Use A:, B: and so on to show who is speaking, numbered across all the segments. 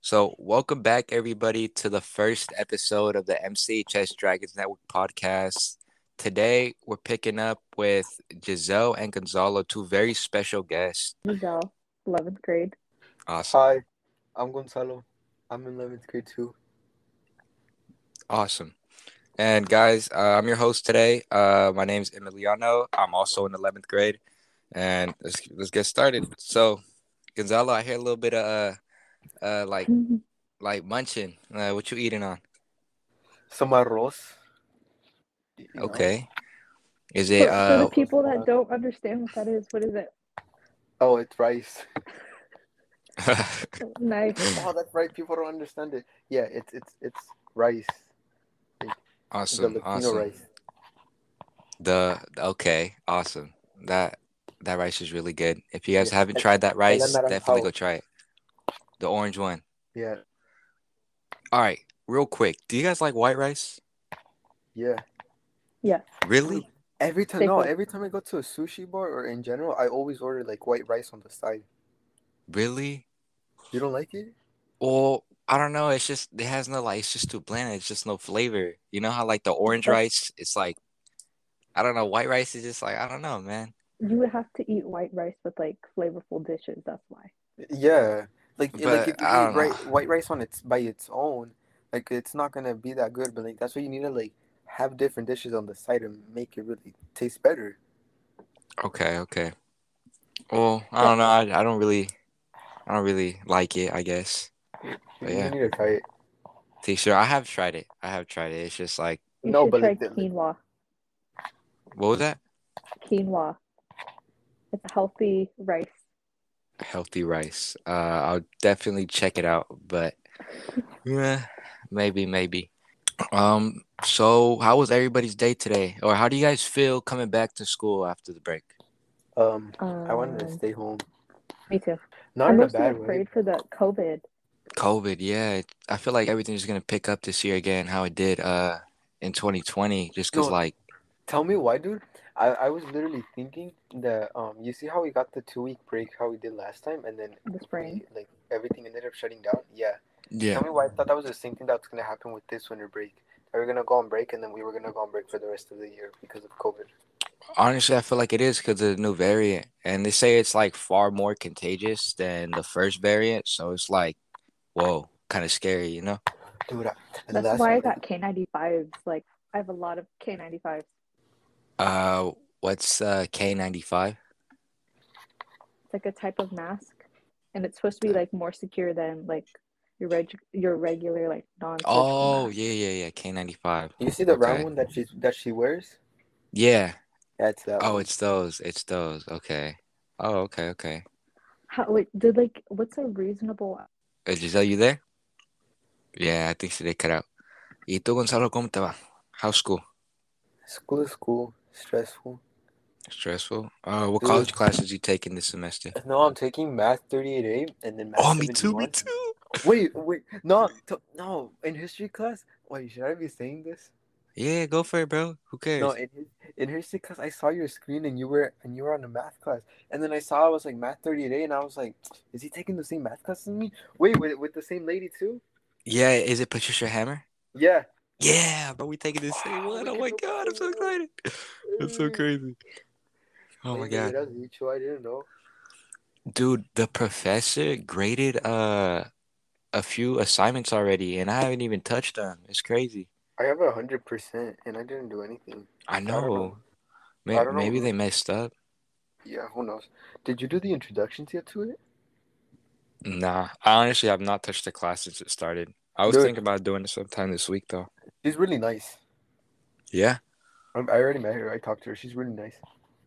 A: So, welcome back, everybody, to the first episode of the MCHS Dragons Network podcast. Today, we're picking up with Giselle and Gonzalo, two very special guests.
B: Giselle, 11th grade.
A: Awesome.
C: Hi, I'm Gonzalo. I'm in 11th grade too.
A: Awesome. And, guys, uh, I'm your host today. Uh, my name's Emiliano. I'm also in 11th grade. And let's, let's get started. So, Gonzalo, I hear a little bit of. Uh, uh like like munching uh, what you eating on
C: Some arroz. you know.
A: okay is
B: For-
A: it
B: for
A: uh
B: the people that don't understand what that is, what is it?
C: Oh, it's rice.
A: uh,
B: Nice.
C: oh, that's right. People don't understand it. Yeah, it's it's it's rice. It's
A: awesome
C: the Filipino
A: awesome
C: rice.
A: the okay awesome that that rice is really good if you guys
C: Yeah.
A: haven't tried that rice
C: Alam na rin
A: definitely
C: how.
A: go try it the orange one
C: Yeah,
A: all right real quick do you guys like white rice
C: yeah.
A: really
C: Every time, no,
B: Pickle.
C: every time I go to a sushi bar or in general, I always order like white rice on the side.
A: really
C: You don't like it?
A: well i don't know it's just it has no like it's just too bland it's just no flavor you know how like the orange rice it's like i don't know white rice is just like i don't know man
B: You would have to eat white rice with like flavorful dishes. That's why.
C: Yeah, like
A: But
C: like if you
A: I
C: eat
A: don't
C: ri-
A: know.
C: white rice on its by its own, like it's not gonna be that good. But like that's why you need to like have different dishes on the side and make it really taste better.
A: Okay, okay. Well, I don't know. I, I don't really, I don't really like it. I guess.
C: You,
A: Yeah.
C: you need to try it.
A: T-shirt. I have tried it. I have tried it. It's just like,
B: You
C: No,
B: should
C: but
B: try
C: it-
B: quinoa.
A: what was that?
B: Quinoa. It's a healthy rice.
A: Healthy rice. Uh, I'll definitely check it out, but yeah, maybe, maybe. Um. So, how was everybody's day today, or how do you guys feel coming back to school after the break?
C: Um,
B: Um,
C: I wanted to stay home.
B: Me too.
C: Not
B: I'm
C: in a
B: mostly
C: bad way.
B: afraid for the COVID.
A: COVID, yeah. it- I feel like everything's gonna pick up this year again, how it did uh in 2020, just 'cause
C: No,
A: like,
C: Tell me why, dude. I, I was literally thinking that um you see how we got the two week break how we did last time and then
B: The spring.
C: we- like everything ended up shutting down. Yeah.
A: yeah.
C: Tell me why I thought that was the same thing that was gonna happen with this winter break. We were gonna go on break and then we were gonna go on break for the rest of the year because of COVID.
A: Honestly, I feel like it is because of the new variant, and they say it's like far more contagious than the first variant. So it's like, whoa, kind of scary, you know?
C: Dude, I, the
B: That's
C: last
B: why I
C: one-
B: got K95s. Like I have a lot of K95s.
A: Uh, what's uh K95?
B: It's like a type of mask, and it's supposed to be like more secure than like your reg your regular like non.
A: Oh, yeah, yeah, yeah, K95.
C: you see the round
A: Okay.
C: one that she's that she wears?
A: Yeah.
C: That's that
A: Oh,
C: one.
A: it's those. It's those. Okay. Oh, okay, okay.
B: How wait, did like what's a reasonable oh
A: Uh, Giselle, you there? Yeah, I think she did cut out. ¿Y tú, Gonzalo, cómo te va? How's school?
C: School is school, stressful.
A: Stressful? Uh, what
C: Dude.
A: college classes you taking this semester?
C: No, I'm taking math thirty eight A and then math
A: Oh, me too, me
C: 71.
A: too.
C: Wait, wait, no, t- no. In history class, wait, should I be saying this?
A: Yeah, go for it, bro. Who cares?
C: No, in his- in history class, I saw your screen and you were and you were on a math class, and then I saw I was like math thirty eight, and I was like, is he taking the same math class as me? Wait, with with the same lady too?
A: Yeah, is it Patricia Hammer?
C: Yeah.
A: Yeah, bro, we taking the same
C: Oh,
A: one.
C: we
A: Oh my
C: can do
A: god, I'm so
C: both.
A: excited. That's so crazy. Oh my
C: Wait, wait,
A: god.
C: that was you two, I didn't know.
A: Dude, the professor graded uh a few assignments already and I haven't even touched them. It's crazy.
C: I have a hundred percent, and I didn't do anything.
A: I
C: don't know.
A: know.
C: I
A: May-
C: don't know,
A: maybe
C: bro.
A: they messed up.
C: Yeah, who knows? Did you do the introductions yet to it?
A: Nah, I honestly have not touched the class since it started. I was
C: Dude.
A: thinking about doing it sometime this week though.
C: She's really nice.
A: Yeah.
C: I I already met her. I talked to her. She's really nice.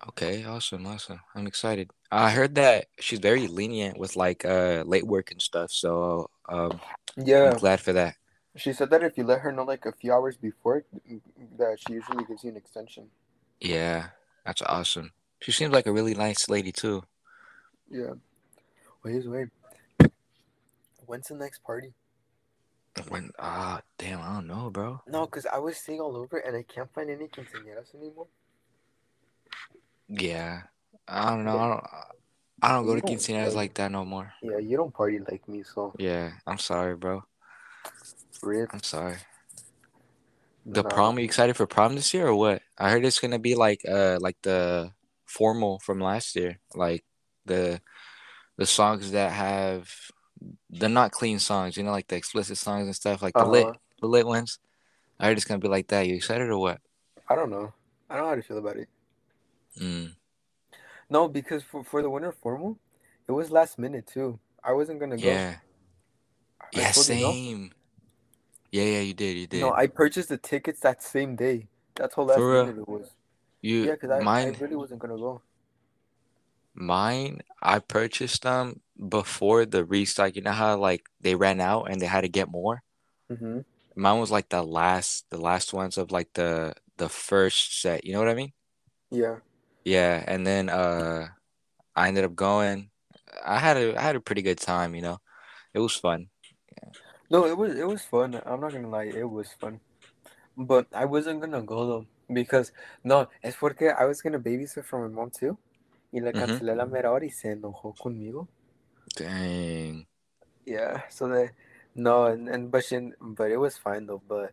A: Okay, awesome, awesome. I'm excited. I heard that she's very lenient with like uh late work and stuff, so um
C: Yeah.
A: I'm glad for that.
C: She said that if you let her know like a few hours before, that she usually gives you an extension.
A: Yeah, that's awesome. She seems like a really nice lady too.
C: Yeah. Wait, wait, wait. When's the next party?
A: When ah damn, I don't know, bro.
C: No, because I was seeing all over and I can't find any quinceañeras anymore.
A: Yeah, I don't know. I don't, I don't go to
C: You don't
A: quinceañeras
C: play.
A: like that no more.
C: Yeah, you don't party like me, so
A: Yeah, I'm sorry, bro.
C: rip.
A: I'm sorry. The
C: Nah.
A: prom, you excited for prom this year or what? I heard it's gonna be like uh like the formal from last year, like the the songs that have the not clean songs, you know, like the explicit songs and stuff, like the lit
C: Uh-huh.
A: the lit ones. I heard it's gonna be like that. You excited or what?
C: I don't know. I don't know how to feel about it.
A: Mm.
C: No, because for, for the winter formal, it was last minute too. I wasn't gonna go.
A: Yeah.
C: I
A: Yeah.
C: told you no.
A: Same. Yeah. Yeah. You did. You did.
C: No, I purchased the tickets that same day. That's how last
A: For real?
C: minute it was.
A: you.
C: Yeah, because I,
A: mine.
C: I really wasn't gonna go.
A: Mine, I purchased them before the restock. You know how like they ran out and they had to get more?
C: Mm-hmm.
A: Mine was like the last the last ones of like the the first set, you know what I mean?
C: Yeah.
A: Yeah, and then uh I ended up going. I had a I had a pretty good time, you know. It was fun.
C: No, it was it was fun. I'm not gonna lie, it was fun. But I wasn't gonna go though because no, es porque I was gonna babysit for my mom too. Y la
A: Mhm.
C: cancelé a la mera hora y se enojó conmigo.
A: Dang.
C: Yeah, so that no, and, and but she, but it was fine though. But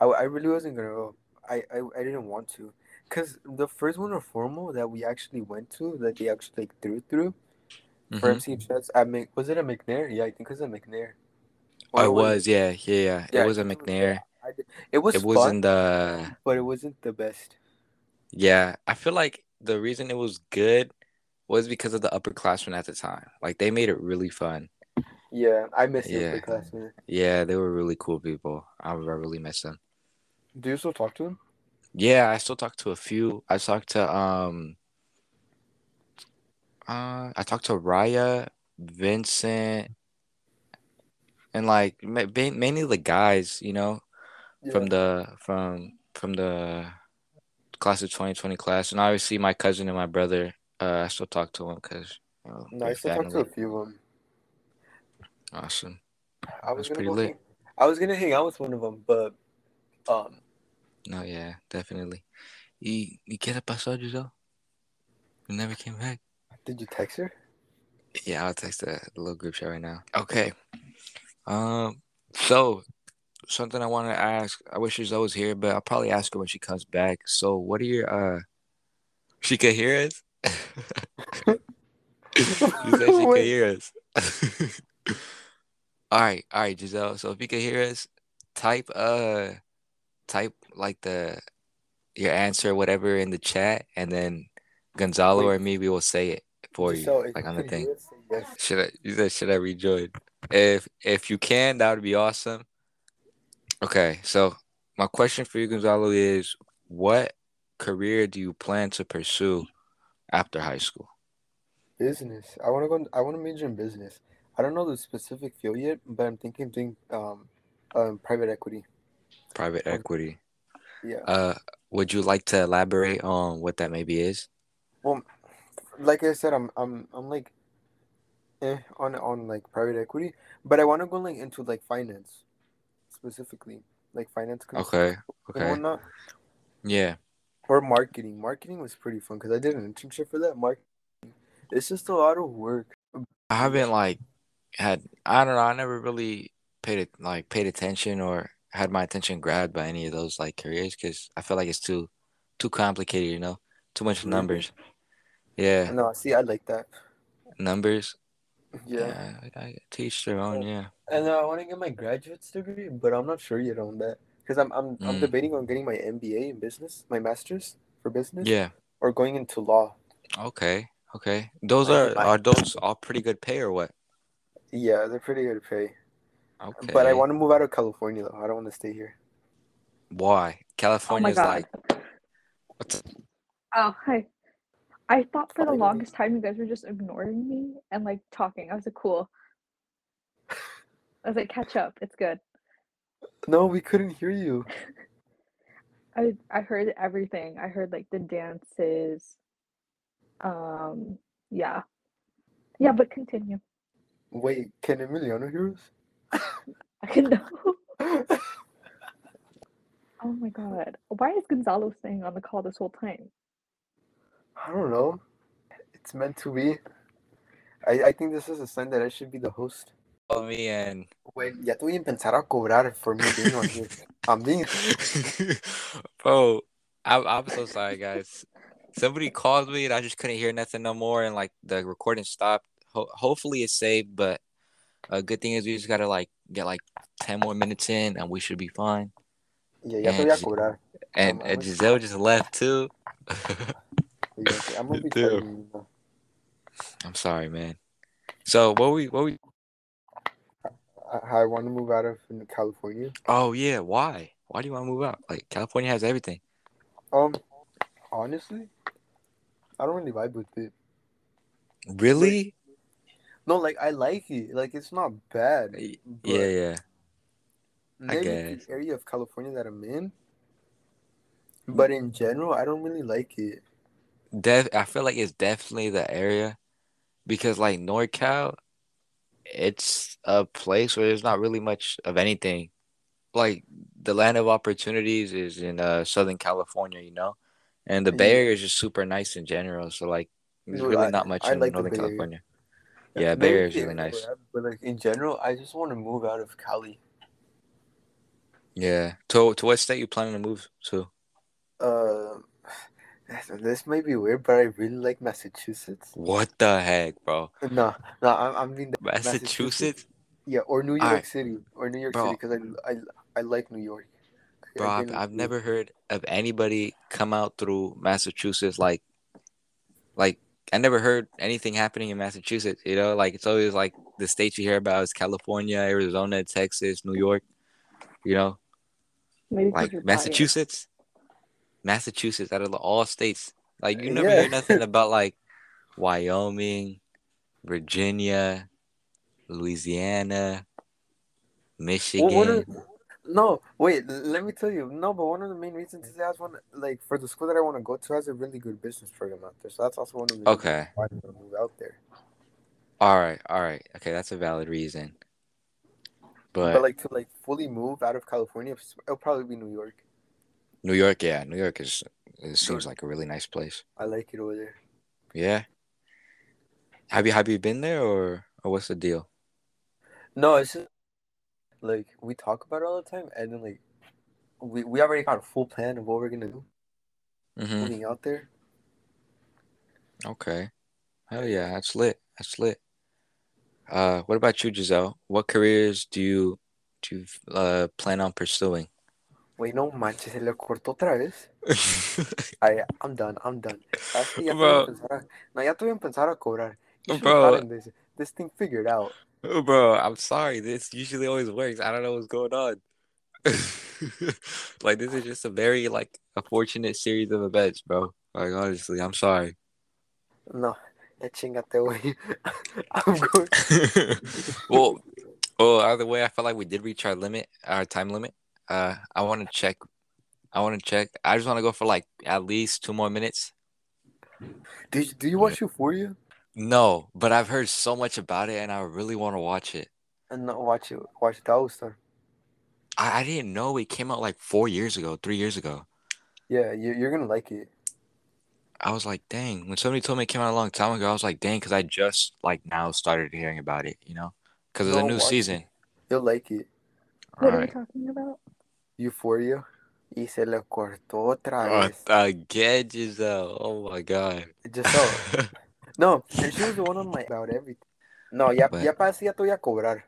C: I, I really wasn't gonna go. I, I, I didn't want to, cause the first one or formal that we actually went to that they actually like threw through for
A: Mhm.
C: MC Chess at Mc, was it a McNair? Yeah, I think it was a McNair.
A: Oh,
C: Or
A: it
C: was
A: was, yeah, yeah, yeah. It
C: Yeah, I
A: was a
C: think it was-
A: McNair.
C: I did- It was
A: It
C: fun,
A: was in the
C: but it wasn't the best.
A: Yeah, I feel like the reason it was good was because of the upperclassmen at the time. Like they made it really fun.
C: Yeah, I miss
A: Yeah.
C: the upperclassmen.
A: Yeah, they were really cool people. I, I really miss them.
C: Do you still talk to him?
A: Yeah, I still talk to a few. I talked to um uh I talked to Raya, Vincent, and like ma- ba- mainly the guys, you know, from the from from the class of 2020 class. And obviously my cousin and my brother, uh I still talk to them cuz you know,
C: No, I
A: they're
C: still talk to a
A: family.
C: few of them.
A: Awesome.
C: I was
A: That's
C: gonna
A: pretty
C: go
A: lit.
C: hang- I was gonna hang out with one of them, but um,
A: No, Oh, yeah, definitely. You you get up pasó, Giselle? You never came back.
C: did you text her?
A: Yeah, I'll text the, the little group chat right now. Okay. Um. So, something I want to ask. I wish she's always here, but I'll probably ask her when she comes back. So, what are your uh? She could hear us. she said she could
C: What?
A: hear us. all right, all right, Giselle. So if you could hear us, type uh, type like the your answer, whatever, in the chat, and then Gonzalo
C: Wait.
A: or me, we will say it for
C: Just
A: you,
C: so if
A: like
C: you
A: on the
C: could
A: thing.
C: hear it, say yes.
A: Should I? You said should I rejoin? If if you can, that would be awesome. Okay, so my question for you, Gonzalo, is what career do you plan to pursue after high school?
C: Business. I wanna go. in- I wanna major in business. I don't know the specific field yet, but I'm thinking doing um, um, private equity.
A: Private
C: Okay.
A: equity.
C: Yeah.
A: Uh, would you like to elaborate on what that maybe is?
C: like I said, I'm I'm I'm like eh, on on like private equity, but I want to go like into like finance specifically, like finance cons-
A: Okay,
C: and
A: okay,
C: whatnot,
A: yeah,
C: or marketing. Marketing was pretty fun because I did an internship for that. Marketing, it's just a lot of work.
A: I haven't like had. I don't know. I never really paid it like paid attention or had my attention grabbed by any of those like careers because I feel like it's too too complicated. You know, too much
C: Really?
A: numbers. Yeah.
C: No, see, I like that.
A: numbers.
C: Yeah,
A: Yeah, I, I teach their own. Yeah,
C: and I want to get my graduate's degree, but I'm not sure yet on that because I'm I'm I'm
A: Mm.
C: debating on getting my MBA in business, my master's for business,
A: yeah.
C: or going into law.
A: Okay, okay. Those
C: Like,
A: are
C: I-
A: are those all pretty good pay or what?
C: Yeah, they're pretty good to pay.
A: Okay,
C: But I want to move out of California though. I don't want to stay here.
A: Why
B: Oh my
A: California's
B: god.
A: like what's-
B: Oh, hi. I thought for the
C: Finally.
B: longest time you guys were just ignoring me and like talking. I was like, cool. I was like, catch up. It's good.
C: No, we couldn't hear you.
B: I I heard everything. I heard like the dances. Um, yeah. Yeah, but continue.
C: Wait, can Emiliano hear us?
B: I can know. Oh my god. Why is Gonzalo staying on the call this whole time?
C: I don't know. It's meant to be. I, I think this is a sign that I should be the host.
A: Oh, me and
C: Wait, ya te voy a empezar a cobrar for me being on here. I'm being
A: bro, I'm I'm so sorry, guys. Somebody called me and I just couldn't hear nothing no more, and like the recording stopped. Ho- hopefully, it's saved, but a good thing is we just gotta like get like ten more minutes in, and we should be fine.
C: Yeah, ya te voy a
A: Mm.
C: cobrar.
A: And,
C: Oh,
A: and
C: my-
A: Giselle just left too.
C: Yeah, okay, I'm gonna be
A: Damn.
C: telling you. now.
A: I'm sorry, man. So what we what we?
C: I, I want to move out of California.
A: Oh yeah, why? Why do you want to move out? Like California has everything.
C: Um, honestly, I don't really vibe with it.
A: Really?
C: No, like I like it. Like it's not bad.
A: Y-
C: but
A: Yeah, yeah. I
C: maybe
A: guess.
C: the area of California that I'm in.
A: Mm-hmm.
C: But in general, I don't really like it.
A: Def I feel like it's definitely the area because like NorCal, it's a place where there's not really much of anything. Like the land of opportunities is in uh Southern California, you know? And the Bay
C: Yeah.
A: Area is just super nice in general. So like there's
C: Dude,
A: really
C: Mm-hmm. I-
A: not much
C: I
A: in
C: like the
A: Northern
C: Bay Area.
A: California. Yeah, Bay
C: Maybe
A: Area is
C: the
A: really
C: area
A: nice.
C: where I'm- But like in general, I just want to move out of Cali.
A: Yeah. To to what state you planning to move to?
C: Uh, this might be weird, but I really like Massachusetts.
A: What the heck, bro?
C: No, no, I'm, I'm being
A: Massachusetts?
C: yeah, or New York
A: Alright.
C: City, or New York
A: Bro.
C: City, because I, I, I like New York. I-
A: Bro,
C: I
A: I've,
C: really
A: I've
C: do.
A: never heard of anybody come out through Massachusetts like like I never heard anything happening in Massachusetts, you know? Like it's always like the states you hear about is California, Arizona, Texas, New York, you know?
B: Maybe 'cause
A: Like
B: you're biased.
A: Massachusetts. Massachusetts out of the- all states. Like you never
C: Uh, Yeah.
A: hear nothing about like Wyoming, Virginia, Louisiana, Michigan.
C: Well, one of- no, wait, l- let me tell you. No, but one of the main reasons is I just want like for the school that I want to go to has a really good business program out there, so that's also one of the reasons
A: Okay.
C: why I'm gonna move out there.
A: All right. All right. Okay, that's a valid reason. But,
C: But like to like fully move out of California, it'll probably be New York.
A: New York, yeah, New York is it seems like a really nice place.
C: I like it over there.
A: Yeah. Have you have you been there or or what's the deal?
C: No, it's just like we talk about it all the time, and then like we we already got a full plan of what we're gonna do
A: hmm
C: moving out there.
A: Okay. Hell yeah, that's lit. That's lit. Uh, what about you, Giselle? What careers do you do you uh plan on pursuing?
C: Wait, no manches, se le cortó otra vez. I, I'm done. I'm done. Sabes que ya te voy
A: Bro.
C: a empezar a- no, ya te voy a empezar a cobrar. You should
A: Bro.
C: have gotten this, this thing figured out.
A: Oh, bro, I'm sorry. This usually always works. I don't know what's going on. like this is just a very like a fortunate series of events, bro. Like honestly, I'm sorry.
C: No, ya chingate, güey. I'm going.
A: well, well, either way, I felt like we did reach our limit, our time limit. Uh, I want to check. I want to check. I just want to go for like at least two more minutes.
C: Do you, do you watch Euphoria?
A: No, but I've heard so much about it, and I really want to watch it.
C: And Uh, no, watch it. Watch Dowstar.
A: I, I didn't know it came out like four years ago, three years ago.
C: Yeah, you, you're gonna like it.
A: I was like, dang, when somebody told me it came out a long time ago, I was like, dang, because I just like now started hearing about it, you know, because of the
C: No,
A: new
C: watch it.
A: season.
C: You'll like it.
A: All
B: What are we
A: right.
B: talking about?
C: Euphoria. Y se le cortó otra
A: Uh,
C: vez.
A: again, Giselle. Oh my God.
C: Giselle. oh, No, and she was the one on my about everything. No, ya,
A: But-
C: ya para eso ya te voy a cobrar.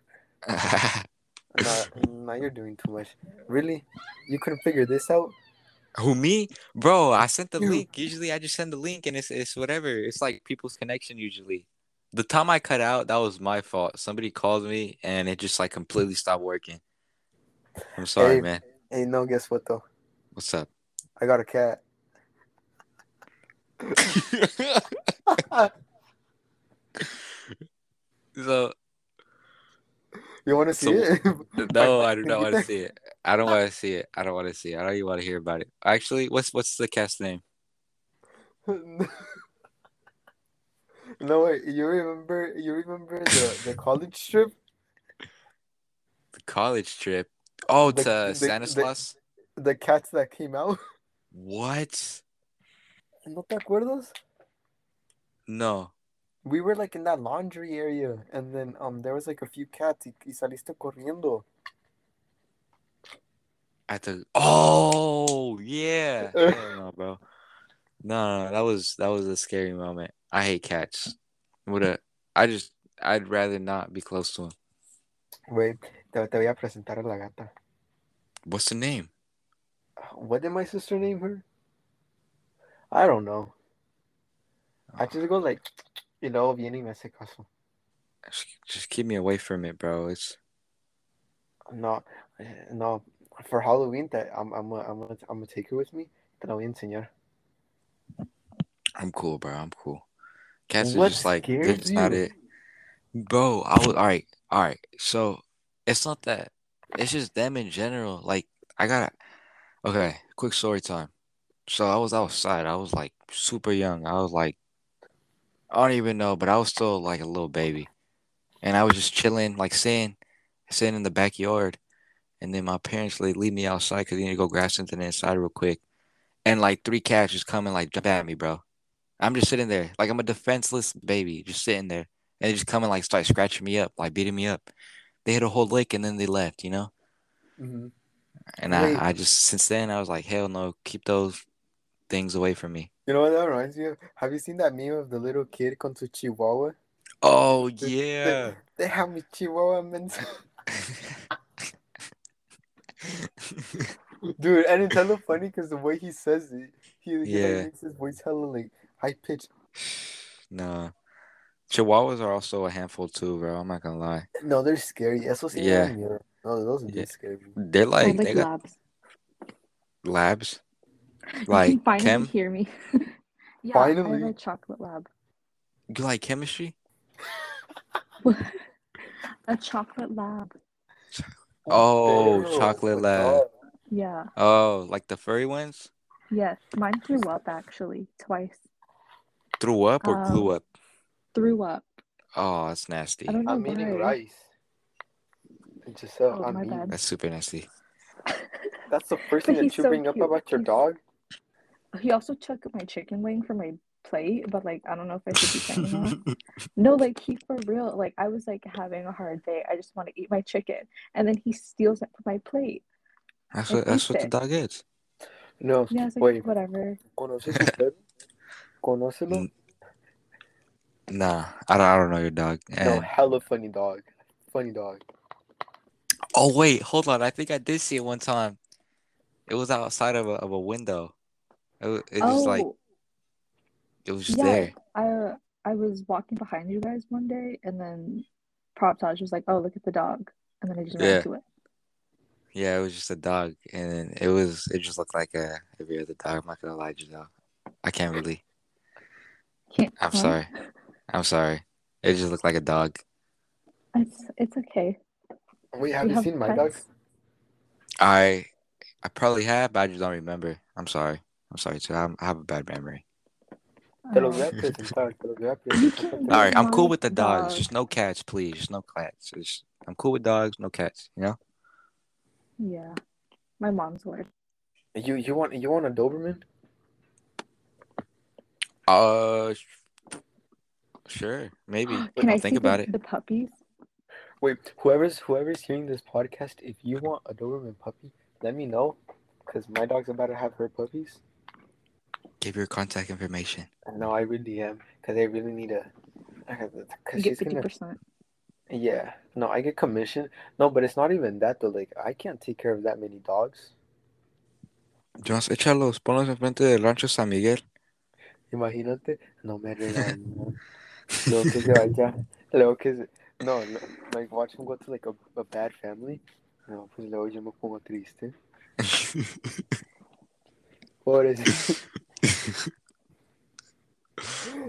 C: No, no, you're doing too much. Really? You couldn't figure this out?
A: Who, me? Bro, I sent the
C: You.
A: link. Usually I just send the link and it's, it's whatever. It's like people's connection usually. The time I cut out, that was my fault. Somebody called me and it just like completely stopped working. I'm sorry,
C: Hey.
A: man.
C: Hey, no, guess what though?
A: What's up?
C: I got a cat.
A: so,
C: You want to see
A: So-
C: it?
A: No, I do
C: Did
A: not
C: you
A: want to
C: think-
A: see it. I don't want to see it. I don't want to see it. I don't even want to hear about it. Actually, what's what's the cat's name?
C: no wait, you remember? You remember the, the college trip?
A: The college trip. Oh,
C: The-
A: to
C: the- the-
A: Stanislaus.
C: The cats that came out.
A: What?
C: ¿No te acuerdas?
A: No.
C: we were like in that laundry area, and then um there was like a few cats. Y, y saliste corriendo.
A: At the oh yeah, Hell no, bro. No, no, no, that was that was a scary moment. I hate cats. What a I just I'd rather not be close to them.
C: Wait, te, te voy a presentar a la gata.
A: What's the name?
C: What did my sister name her? I don't know. I just go like, y luego viene y me hace caso.
A: Just, just keep me away from it, bro. It's
C: No, eh, no. For Halloween, that I'm I'm i I'm i am I'm gonna take her with me. Te la voy a enseñar.
A: I'm cool, bro. I'm cool. Cats are
C: What
A: just like they're
C: scares
A: just not
C: you?
A: it, bro. I was all right, all right. So it's not that. It's just them in general. Like I gotta. Okay, quick story time. So I was outside. I was like super young. I was like, I don't even know, but I was still like a little baby, and I was just chilling, like sitting, sitting in the backyard, and then my parents like leave me outside because they need to go grab something inside real quick, and like three cats just come and like jump at me, bro. I'm just sitting there, like I'm a defenseless baby, just sitting there, and they just come and like start scratching me up, like beating me up. They hit a whole lick and then they left, you know.
C: Mm-hmm.
A: And
C: Wait.
A: I, I just since then I was like, hell no, keep those things away from me.
C: You know what that reminds me of? Have you seen that meme of the little kid con su chihuahua?
A: Oh
C: They-
A: yeah.
C: They, they have me chihuahua man. Dude, and it's hella funny because the way he says it, he, he
A: Yeah.
C: like makes his voice hella like high pitched.
A: nah. Chihuahuas are also a handful too, bro. I'm not gonna lie.
C: No, they're scary. Eso sí me
A: Yeah.
C: da miedo. No, those are
A: Yeah.
C: just scary.
A: They're
B: Sounds
A: like
B: like
A: they got
B: Oh, labs.
A: labs.
B: you
A: Like
B: can finally
A: chem
B: hear me. yeah,
C: Finally.
B: I like chocolate lab.
A: you like chemistry?
B: a chocolate lab.
A: Oh,
C: Ew,
A: chocolate
C: my
A: lab.
C: God.
B: Yeah.
A: Oh, like the furry ones?
B: Yes. Mine threw up actually twice.
A: Threw up or glue
B: Um,
A: up?
B: Threw up.
A: Oh, that's nasty.
B: I don't know
C: I'm eating
B: why.
C: rice. It's just so
B: Oh,
C: I'm
B: my
C: eating.
B: bad.
A: That's super nasty.
C: That's the first
B: But
C: thing
B: he's
C: that you
B: so
C: bring up
B: cute.
C: about your
B: He's-
C: dog.
B: He also took my chicken wing from my plate, but like I don't know if I should be saying that. No, like he for real. Like I was like having a hard day. I just want to eat my chicken, and then he steals it from my plate.
A: That's
B: I
A: what that's what the
B: hate it.
A: dog is.
C: No,
B: Yeah, I was like,
C: wait.
B: whatever.
C: ¿Conoces a Pedro? ¿Conócelo?
A: Mm, Nah, I don't, I don't know your dog.
C: No,
A: And
C: hella funny dog. Funny dog.
A: oh wait, hold on. I think I did see it one time. It was outside of a of a window. It, wa- it
B: oh,
A: just like it was just
B: yeah.
A: there.
B: I I was walking behind you guys one day, and then Prop Taj was like, "Oh, look at the dog," and then I just
A: Yeah.
B: ran to it.
A: Yeah, it was just a dog, and it was it just looked like a every other dog. I'm not gonna lie, Giselle. I can't really.
B: Can't.
A: I'm
B: huh?
A: sorry. I'm sorry. It just looked like a dog.
B: It's it's okay.
C: Wait, have
B: We
C: you
B: have
C: seen my
B: pets.
C: dog?
A: I I probably have, but I just don't remember. I'm sorry. I'm sorry too. I'm, I have a bad memory.
C: Te lo voy
B: Um,
C: a presentar, te lo voy a
B: you
C: presentar.
B: can
A: All
B: be
A: right, I'm cool
B: Oh my
A: with the dogs.
B: dog.
A: Just no cats, please. Just no cats. Just, I'm cool with dogs, no cats. You know?
B: Yeah, my mom's word.
C: You you want you want a Doberman?
A: Uh, sh- sure, maybe.
B: Can I
A: I'll think
B: see
A: about
B: the,
A: it.
B: the puppies?
C: Wait, whoever's whoever's hearing this podcast, if you want a Doberman puppy, let me know, cause my dog's about to have her puppies.
A: Give your contact information.
C: And no, I really am, cause I really need a, cause
B: You get
C: she's
B: fifty
C: gonna.
B: percent.
C: Yeah, no, I get commission. No, but it's not even that though. Like I can't take care of that many dogs.
A: Jones, échalos, ponlos enfrente del rancho San Miguel.
C: Imagínate, no me regañó. Luego que se vaya, luego que se... No, no, like watch him go to like a, a bad family. No, pues luego yo me pongo triste. Pobrecito.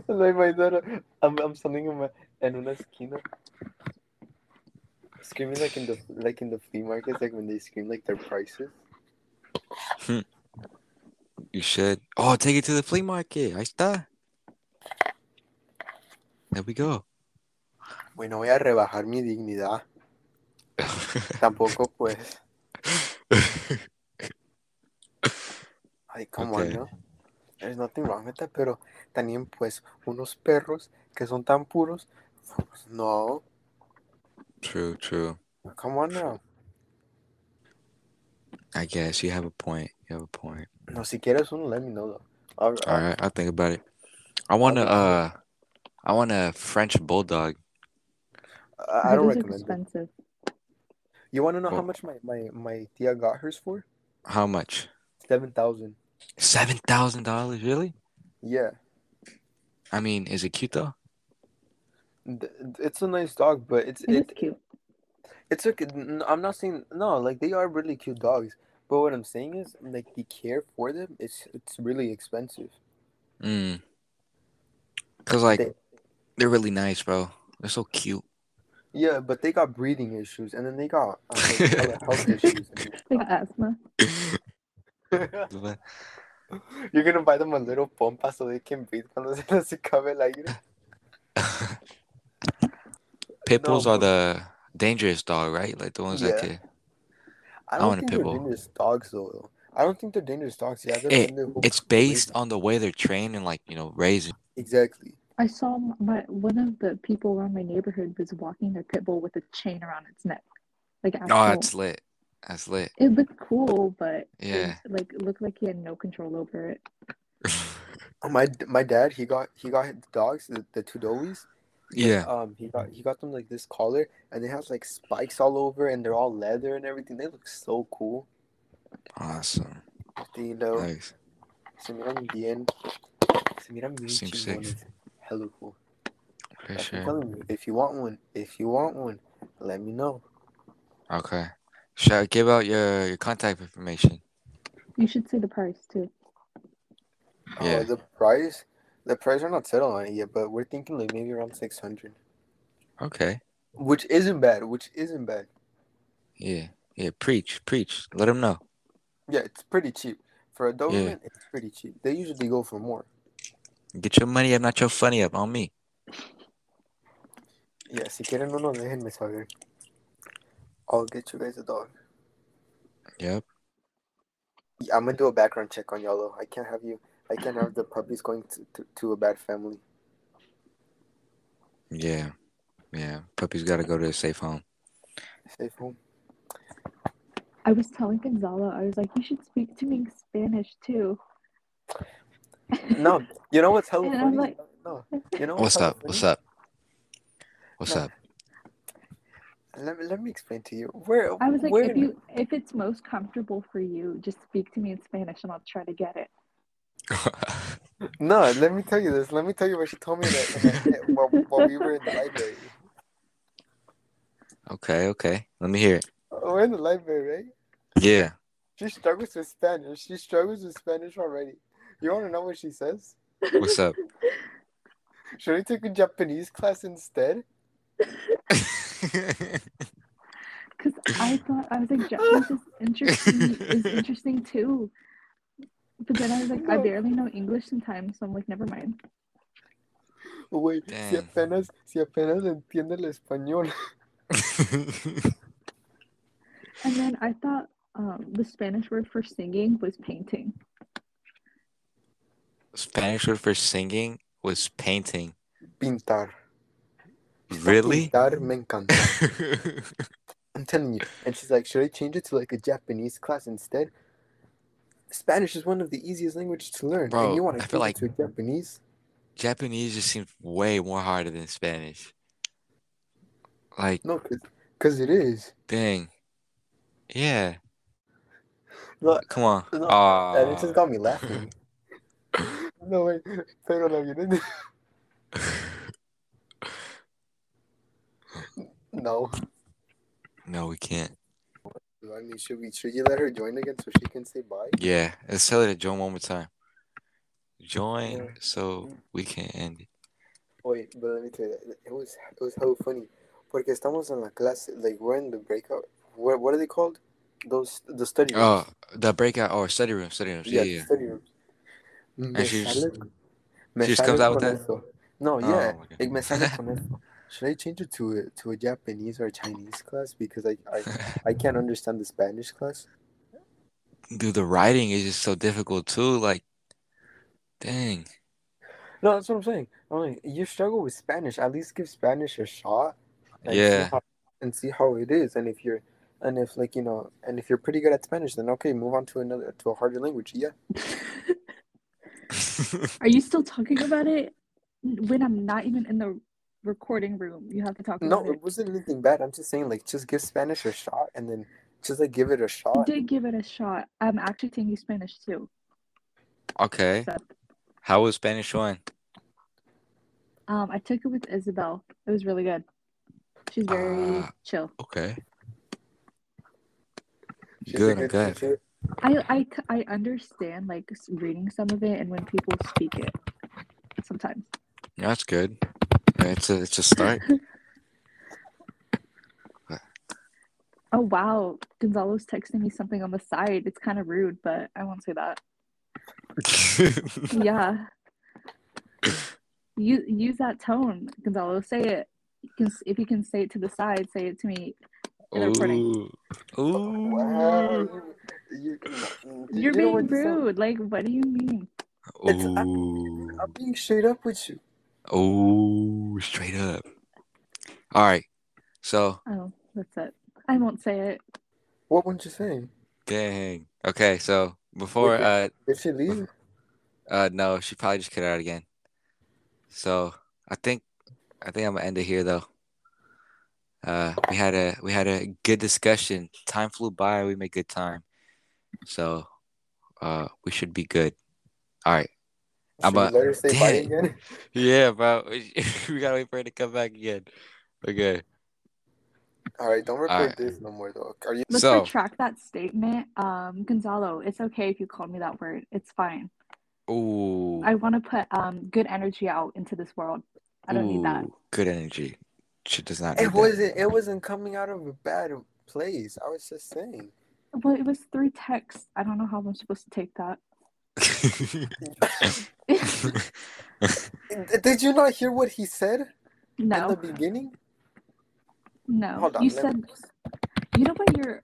C: Like my daughter, I'm, I'm standing in, my, en una esquina. Screaming like in the like in the flea markets, like when they scream like their prices.
A: you should. Oh, take it to the flea market. Ahí está. There we go.
C: Bueno, voy a rebajar mi dignidad. Tampoco pues. Ay, come on,
A: Okay.
C: ¿no? There's nothing wrong with that, pero también pues unos perros que son tan puros. pues, No,
A: True, true.
C: come on now.
A: I guess you have a point. You have a point.
C: No, si quieres uno, let me know though. I'll,
A: All right, I'll think about it. I want to uh, I want a French bulldog.
C: I, I don't
B: Those are
C: recommend it.
B: expensive.
C: You want to know how
A: Well-
C: much my, my, my tia got hers for?
A: How much?
C: 7000
A: Seven thousand dollars, really?
C: Yeah.
A: I mean, is it cute though?
C: Th- It's a nice dog, but it's
B: It is
C: it,
B: cute.
C: It's okay. n- I'm not saying no. Like they are really cute dogs, but what I'm saying is like the care for them. It's it's really expensive.
A: Mm. Cause like
C: They-
A: they're really nice, bro. They're so cute.
C: Yeah, but they got breathing issues, and then they got uh, like, other health issues.
B: Like asthma.
C: You're gonna buy them a little pompa so they can breathe cuando se les acabe el aire.
A: pit bulls
C: No,
A: are
C: but-
A: the dangerous dog, right? Like the ones that
C: Yeah.
A: can.
C: I
A: I
C: don't
A: want a
C: think they're
A: pit bull.
C: dangerous dogs though. I don't think they're dangerous dogs. Yeah, they're
A: Eh,
C: they're who-
A: It's based on the way they're trained and like you know raised.
C: exactly.
B: I saw m- my one of the people around my neighborhood was walking their pit bull with a chain around its neck, like at
A: Oh,
B: home.
A: that's lit. That's lit.
B: It looked cool, but it,
A: Yeah.
B: like it looked like he had no control over it.
C: Uh, My my dad he got he got the dogs the, the two dogies.
A: yeah.
C: Um, he got he got them like this collar, and it has like spikes all over, and they're all leather and everything. They look so cool.
A: Awesom.
C: You know,
A: Nice.
C: se miran bien, se miran bien
A: Seems
C: chingones. Hella cool.
A: For
C: That's what I'm
A: sure.
C: telling you. If you want one, if you want one, let me know.
A: Okay. Shall I give out your your contact information?
B: You should say the price too.
A: Yeah.
C: Uh, the price, the price are not settled on it yet, but we're thinking like maybe around six hundred,
A: Okay.
C: which isn't bad. Which isn't bad.
A: Yeah. Yeah. Preach. Preach. Let them know.
C: Yeah, it's pretty cheap for a Doberman. It's pretty cheap. They usually go for more.
A: Get your money up, not your funny up on me.
C: Yeah, si quieren uno, déjenme saber. I'll get you guys a dog.
A: Yep.
C: Yeah, I'm gonna do a background check on y'all. though. I can't have you. I can't have the puppies going to, to, to a bad family.
A: Yeah. Yeah. Puppy's got to go to a safe home.
C: Safe home.
B: I was telling Gonzalo, I was like, you should speak to me in Spanish too.
C: No, you know what's hella
B: And I'm
C: funny?
B: like-
C: no, you know
A: What's
C: hella
A: up? What's
C: funny?
A: up? What's
C: No.
A: up?
C: Let me let me explain to you. Where
B: I was like,
C: where
B: if you if it's most comfortable for you, just speak to me in Spanish and I'll try to get it.
C: no, let me tell you this. Let me tell you what she told me that and I- while, while we were in the library.
A: okay. Okay. Let me hear it.
C: We're in the library, right?
A: Yeah.
C: She struggles with Spanish. She struggles with Spanish already. You want to know what she says?
A: What's up?
C: Should I take a Japanese class instead?
B: Cause I thought I was like, Japanese is interesting is interesting too. But then I was like, I
C: No.
B: barely know English sometimes, so I'm like, never mind.
C: Güey, Oh, si
A: Dang.
C: apenas, si apenas entiende el español.
B: And then I thought um, the Spanish word for singing was painting.
A: Spanish word for singing was painting.
C: Pintar.
A: Really?
C: Pintar me encanta. I'm telling you. And she's like, should I change it to like a Japanese class instead? Spanish is one of the easiest languages to learn.
A: Bro,
C: and you want
A: I
C: to
A: feel
C: change it to Japanese?
A: Japanese just seems way more harder than Spanish. Like,
C: No, because it is.
A: dang. Yeah.
C: Look,
A: Come on.
C: No, and it just
A: Aw.
C: got me laughing. no way. Pero la violenta. No.
A: No, we can't.
C: I mean, should we? Should you let her join again so she can say bye?
A: Yeah. Let's tell her to join one more time. Join
C: Yeah.
A: so we can end it.
C: Wait, but let me tell you, that- it was it was hella funny, porque estamos en la clase, like we're in the breakout. What what are they called? Those the study rooms.
A: Oh, the breakout or study room, study rooms. Yeah.
C: the study rooms. Me
A: she just-
C: sale- me
A: she just
C: sale
A: comes out
C: con
A: with that?
C: eso. No,
A: Oh,
C: yeah,
A: okay.
C: like me sale con eso. Should I change it to a, to a Japanese or Chinese class because I, I I can't understand the Spanish class?
A: Dude, the writing is just so difficult too. Like, Dang.
C: No, that's what I'm saying. I'm like, you struggle with Spanish. At least give Spanish a shot. and see
A: Yeah.
C: how- and see how it is, and if you're, and if like you know, and if you're pretty good at Spanish, then okay, move on to another to a harder language. Yeah.
B: Are you still talking about it when I'm not even in the recording room? You have to talk about
C: No, it
B: it.
C: wasn't anything bad. I'm just saying, like, just give Spanish a shot, and then just like give it a
B: I
C: shot.
B: did give it a shot. I'm actually taking Spanish too.
A: Okay.
B: So,
A: How was Spanish one?
B: um, I took it with Isabel. It was really good. She's very
A: Ah.
B: chill.
A: Okay.
C: She's a
A: good, good.
C: teacher.
B: I, I c- I understand like s- reading some of it and when people speak it sometimes.
A: Yeah, that's good. Yeah, it's a it's a start.
B: Oh wow, Gonzalo's texting me something on the side. It's kind of rude, but I won't say that. Yeah. Use use that tone, Gonzalo. Say it. You can, if you can say it to the side, say it to me. In a recording.
A: Ooh.
C: Wow,
A: Ooh.
C: you- you- you
B: You're
C: know
B: being
C: what you sound-
B: rude. Like, what do you mean?
C: It's- I'm-
A: Ooh.
C: I'm being straight up with you.
A: Ooh. Oh, Straight up. All right. So
B: Oh, that's it. I won't say it.
C: What weren't you saying?
A: dang. Okay. So before
C: Okay.
A: uh
C: Did she leave?
A: Uh, no, she probably just cut it out again. So I think I think I'm gonna end it here though. Uh, we had a we had a good discussion. Time flew by. We made good time. So, uh, we should be good. All right. I'm
C: Should we
A: a-
C: let her say bye
A: Dang.
C: again?
A: Yeah, bro. we gotta wait for her to come back again. Okay.
C: All right, don't record
A: Alright.
C: this no more, though. Are you?
B: Let's
A: So-
B: retract that statement. Um, Gonzalo, it's okay if you called me that word. It's fine.
A: Ooh.
B: I want to put um good energy out into this world. I don't need that.
A: Ooh, Good energy. She does not. need
C: It
A: that.
C: wasn't. It wasn't coming out of a bad place. I was just saying.
B: Well, it was three texts. I don't know how I'm supposed to take that.
C: D- Did you not hear what he said in the
B: no,
C: beginning?
B: no.
C: Hold on,
B: you
C: let me-
B: said you know when you're,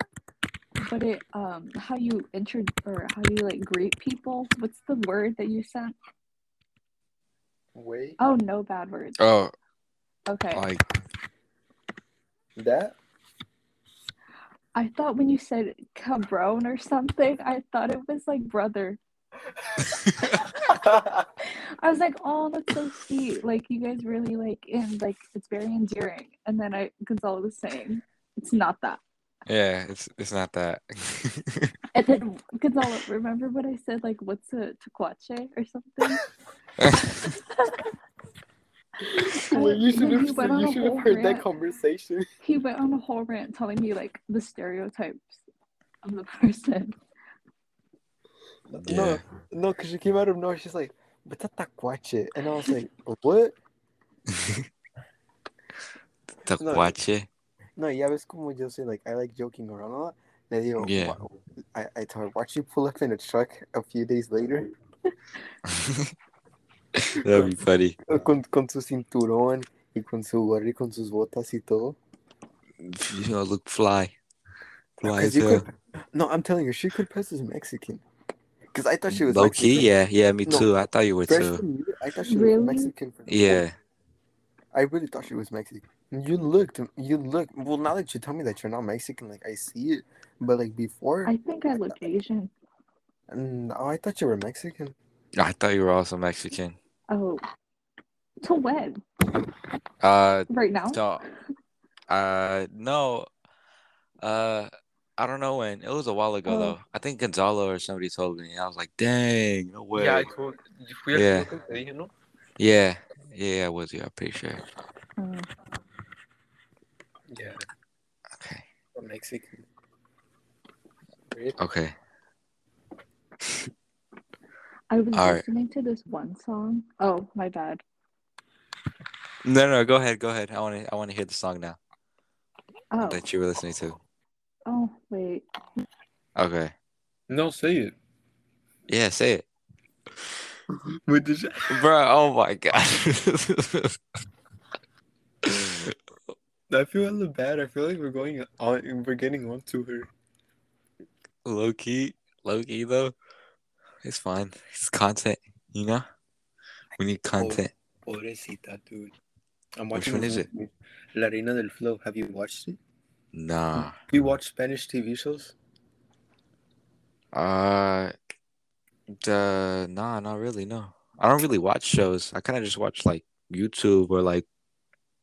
B: but it um how you intro or how you like greet people. What's the word that you sent?
C: Wait,
B: Oh, no bad words.
A: oh,
B: Okay.
A: like
B: Oh.
C: that
B: I thought when you said cabron or something, I thought it was like brother. I was like, oh, that's so sweet. Like you guys really like and like it's very endearing. And then I Gonzalo was saying, it's not that.
A: yeah. It's it's not that.
B: And then Gonzalo, remember what I said? Like, what's a taquache or something? I-
C: Wait, you should
B: when
C: have.
B: he went on
C: You
B: a
C: should have
B: whole
C: heard that
B: rant-
C: conversation.
B: He went on a whole rant telling me like the stereotypes of the person.
A: Yeah.
C: No, no, because she came out of nowhere. She's like, "But that taquache," and I was like, "What?"
A: Tacuache.
C: No, yeah, it's como yo soy. Like, I like joking around a lot. Le digo,
A: Yeah.
C: "Wa- I, I told her, watch you pull up in a truck a few days later
A: That'd be funny.
C: uh, con, con su cinturón y con su gorro y con sus botas y todo.
A: You know, look fly. Fly as
C: 'Cause you
A: hell.
C: could, no, I'm telling you, she could pass as Mexican. Because I thought she was
A: Low
C: Mexican.
A: key, yeah, yeah, me
C: No.
A: too. I thought you were too.
C: Freshman year, I thought she
B: Really?
C: was Mexican. for-
A: Yeah.
C: I really thought she was Mexican. You looked, you looked. Well, now that you tell me that you're not Mexican, like I see it. But like before,
B: I think I looked Asian.
C: no, I thought you were Mexican.
A: I thought you were also Mexican.
B: Oh, to when?
A: Uh
B: Right now?
A: so uh no. Uh I don't know when. It was a while ago
B: Oh.
A: though. I think Gonzalo or somebody told me. I was like, dang, no way.
C: Yeah,
A: Yeah,
C: I told fui al
A: Yeah.
C: chico que te dije, ¿no?
A: yeah, yeah, I was you, I'm pretty sure.
B: Oh.
C: Yeah,
A: Okay.
C: I'm Mexican.
A: Okay.
B: I was
A: All right.
B: listening to this one song. Oh, my bad.
A: No no, go ahead, go ahead. I wanna I wanna hear the song now
B: Oh,
A: that you were listening to.
B: oh, wait.
A: Okay.
C: No, say it.
A: Yeah, say it.
C: Wait, did you?
A: Bro, oh my god.
C: I feel a little bad. I feel like we're going on. We're getting on to her.
A: low key, low key though. It's fine. It's content. You know, we need content.
C: Pobrecita, dude. I'm
A: Which
C: watching
A: one
C: this
A: is it?
C: movie, La Reina del Flow. Have you watched it?
A: Nah.
C: Do you watch Spanish TV shows?
A: Uh, the nah, not really. No, I don't really watch shows. I kind of just watch like YouTube or like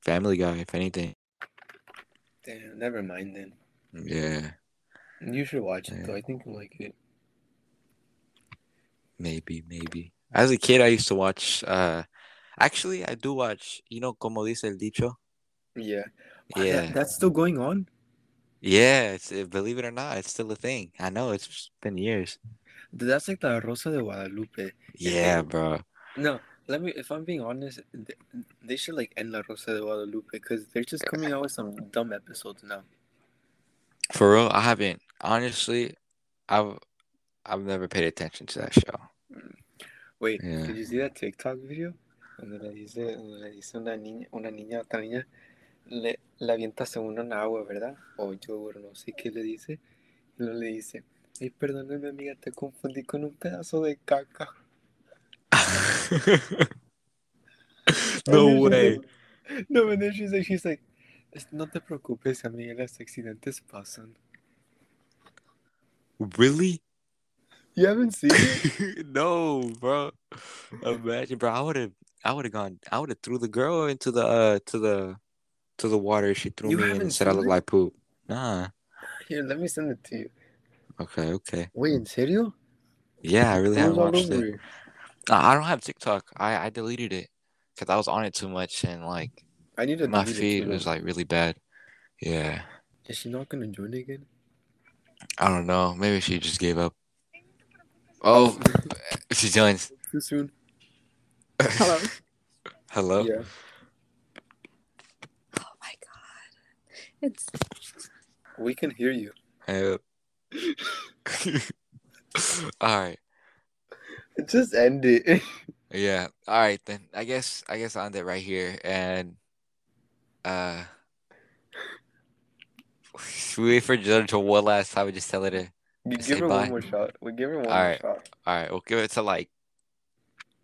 A: Family Guy, if anything.
C: Damn, never mind then.
A: Yeah,
C: You should watch it
A: Yeah.
C: though. I think you'll like it.
A: maybe, maybe. As a kid, I used to watch. Uh, actually, I do watch. You know, como dice el dicho.
C: Yeah. Wow, that-
A: Ah, Yeah,
C: that's still going on?
A: yeah. It's it, believe it or not, it's still a thing. I know it's been years.
C: Dude, That's like the Rosa de Guadalupe.
A: Yeah, bro.
C: No, let me. If I'm being honest, th- they should like end La Rosa de Guadalupe because they're just coming out with some dumb episodes now.
A: For real, I haven't. Honestly, I've I've never paid attention to that show.
C: Wait,
A: Yeah.
C: did you see that TikTok video? Donde le dice, donde le dice una niña, una niña, a otra niña, le, la avienta según una agua, ¿verdad? O yo no sé qué le dice. Y luego le dice, ay, perdóname amiga, te confundí con un pedazo de caca.
A: No
C: And then
A: way.
C: she's like- no, and then she's like, she's like, "Es- no te preocupes, amiga, los accidentes pasan.
A: Really?
C: You haven't seen it?
A: no, bro. Imagine, bro. I would have, I would have gone. I would have threw the girl into the, uh, to the, to the water. She threw
C: You
A: me in
C: haven't
A: and said I
C: seen
A: look
C: it?
A: like poop. Nah.
C: Here, let me send it to you.
A: Okay. Okay.
C: Wait, ¿en serio?
A: Yeah, I really
C: It was
A: haven't
C: all
A: watched
C: over
A: it.
C: you.
A: I I don't have TikTok. I I deleted it because I was on it too much and like
C: I need to
A: my
C: delete it,
A: feed
C: too,
A: was
C: though.
A: like really bad. Yeah.
C: Is she not gonna join again?
A: I don't know. Maybe she just gave up. Oh, she joins.
C: Too soon.
B: Hello.
A: Hello.
C: Yeah.
B: Oh my god. It's
C: We can hear you.
A: Hey. All right.
C: Just end it.
A: Yeah. All right then. I guess I guess I'll end it right here and uh should we wait for Jordan to one last time and just tell her to
C: We
A: Say
C: give her
A: bye.
C: one more shot. We give her one more
A: Alright.
C: shot.
A: all right, we'll give it to like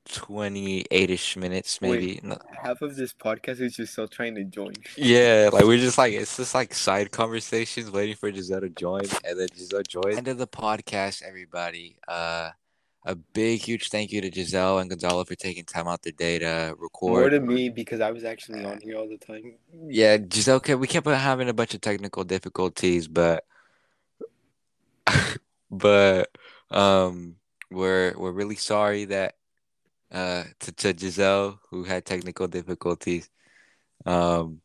A: twenty eight ish minutes
C: Wait.
A: maybe. No-
C: Half of this podcast is just still trying to join.
A: Yeah, like we're just like it's just like side conversations waiting for Giselle to join and then Giselle joins. End of the podcast, everybody. Uh a big huge thank you to Giselle and Gonzalo for taking time out their day to
C: More
A: record.
C: to me because I was actually on here all the time.
A: Yeah, Giselle, kept- we kept on having a bunch of technical difficulties, but but um, we're we're really sorry that uh to, to Giselle who had technical difficulties. Um,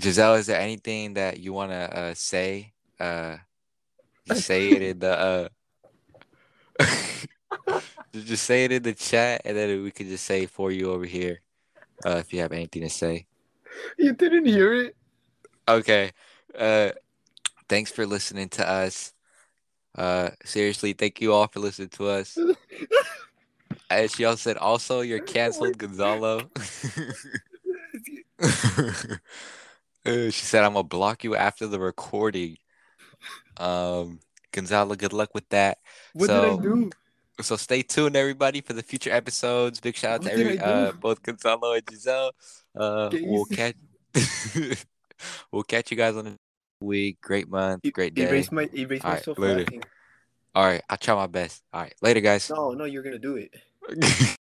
A: Giselle, is there anything that you want to uh, say? Uh, just say it in the uh, just just say it in the chat, and then we can just say it for you over here uh, if you have anything to say.
C: You didn't hear it?
A: Okay. Uh thanks for listening to us. Uh seriously, thank you all for listening to us. As she also said, also you're canceled, Gonzalo. Uh, she said I'm gonna block you after the recording. Um Gonzalo, good luck with that.
C: What did
A: So-
C: I do?
A: So stay tuned everybody for the future episodes. Big shout out to
C: What did
A: every
C: I do?
A: uh both Gonzalo and Giselle. Uh
C: Can you
A: we'll
C: see-
A: catch we'll catch you guys on the week. Great month, great day.
C: E-, Erase my erase
A: Alright,
C: myself
A: later.
C: laughing.
A: All right, I'll try my best. All right, later, guys.
C: No, no, you're gonna do it.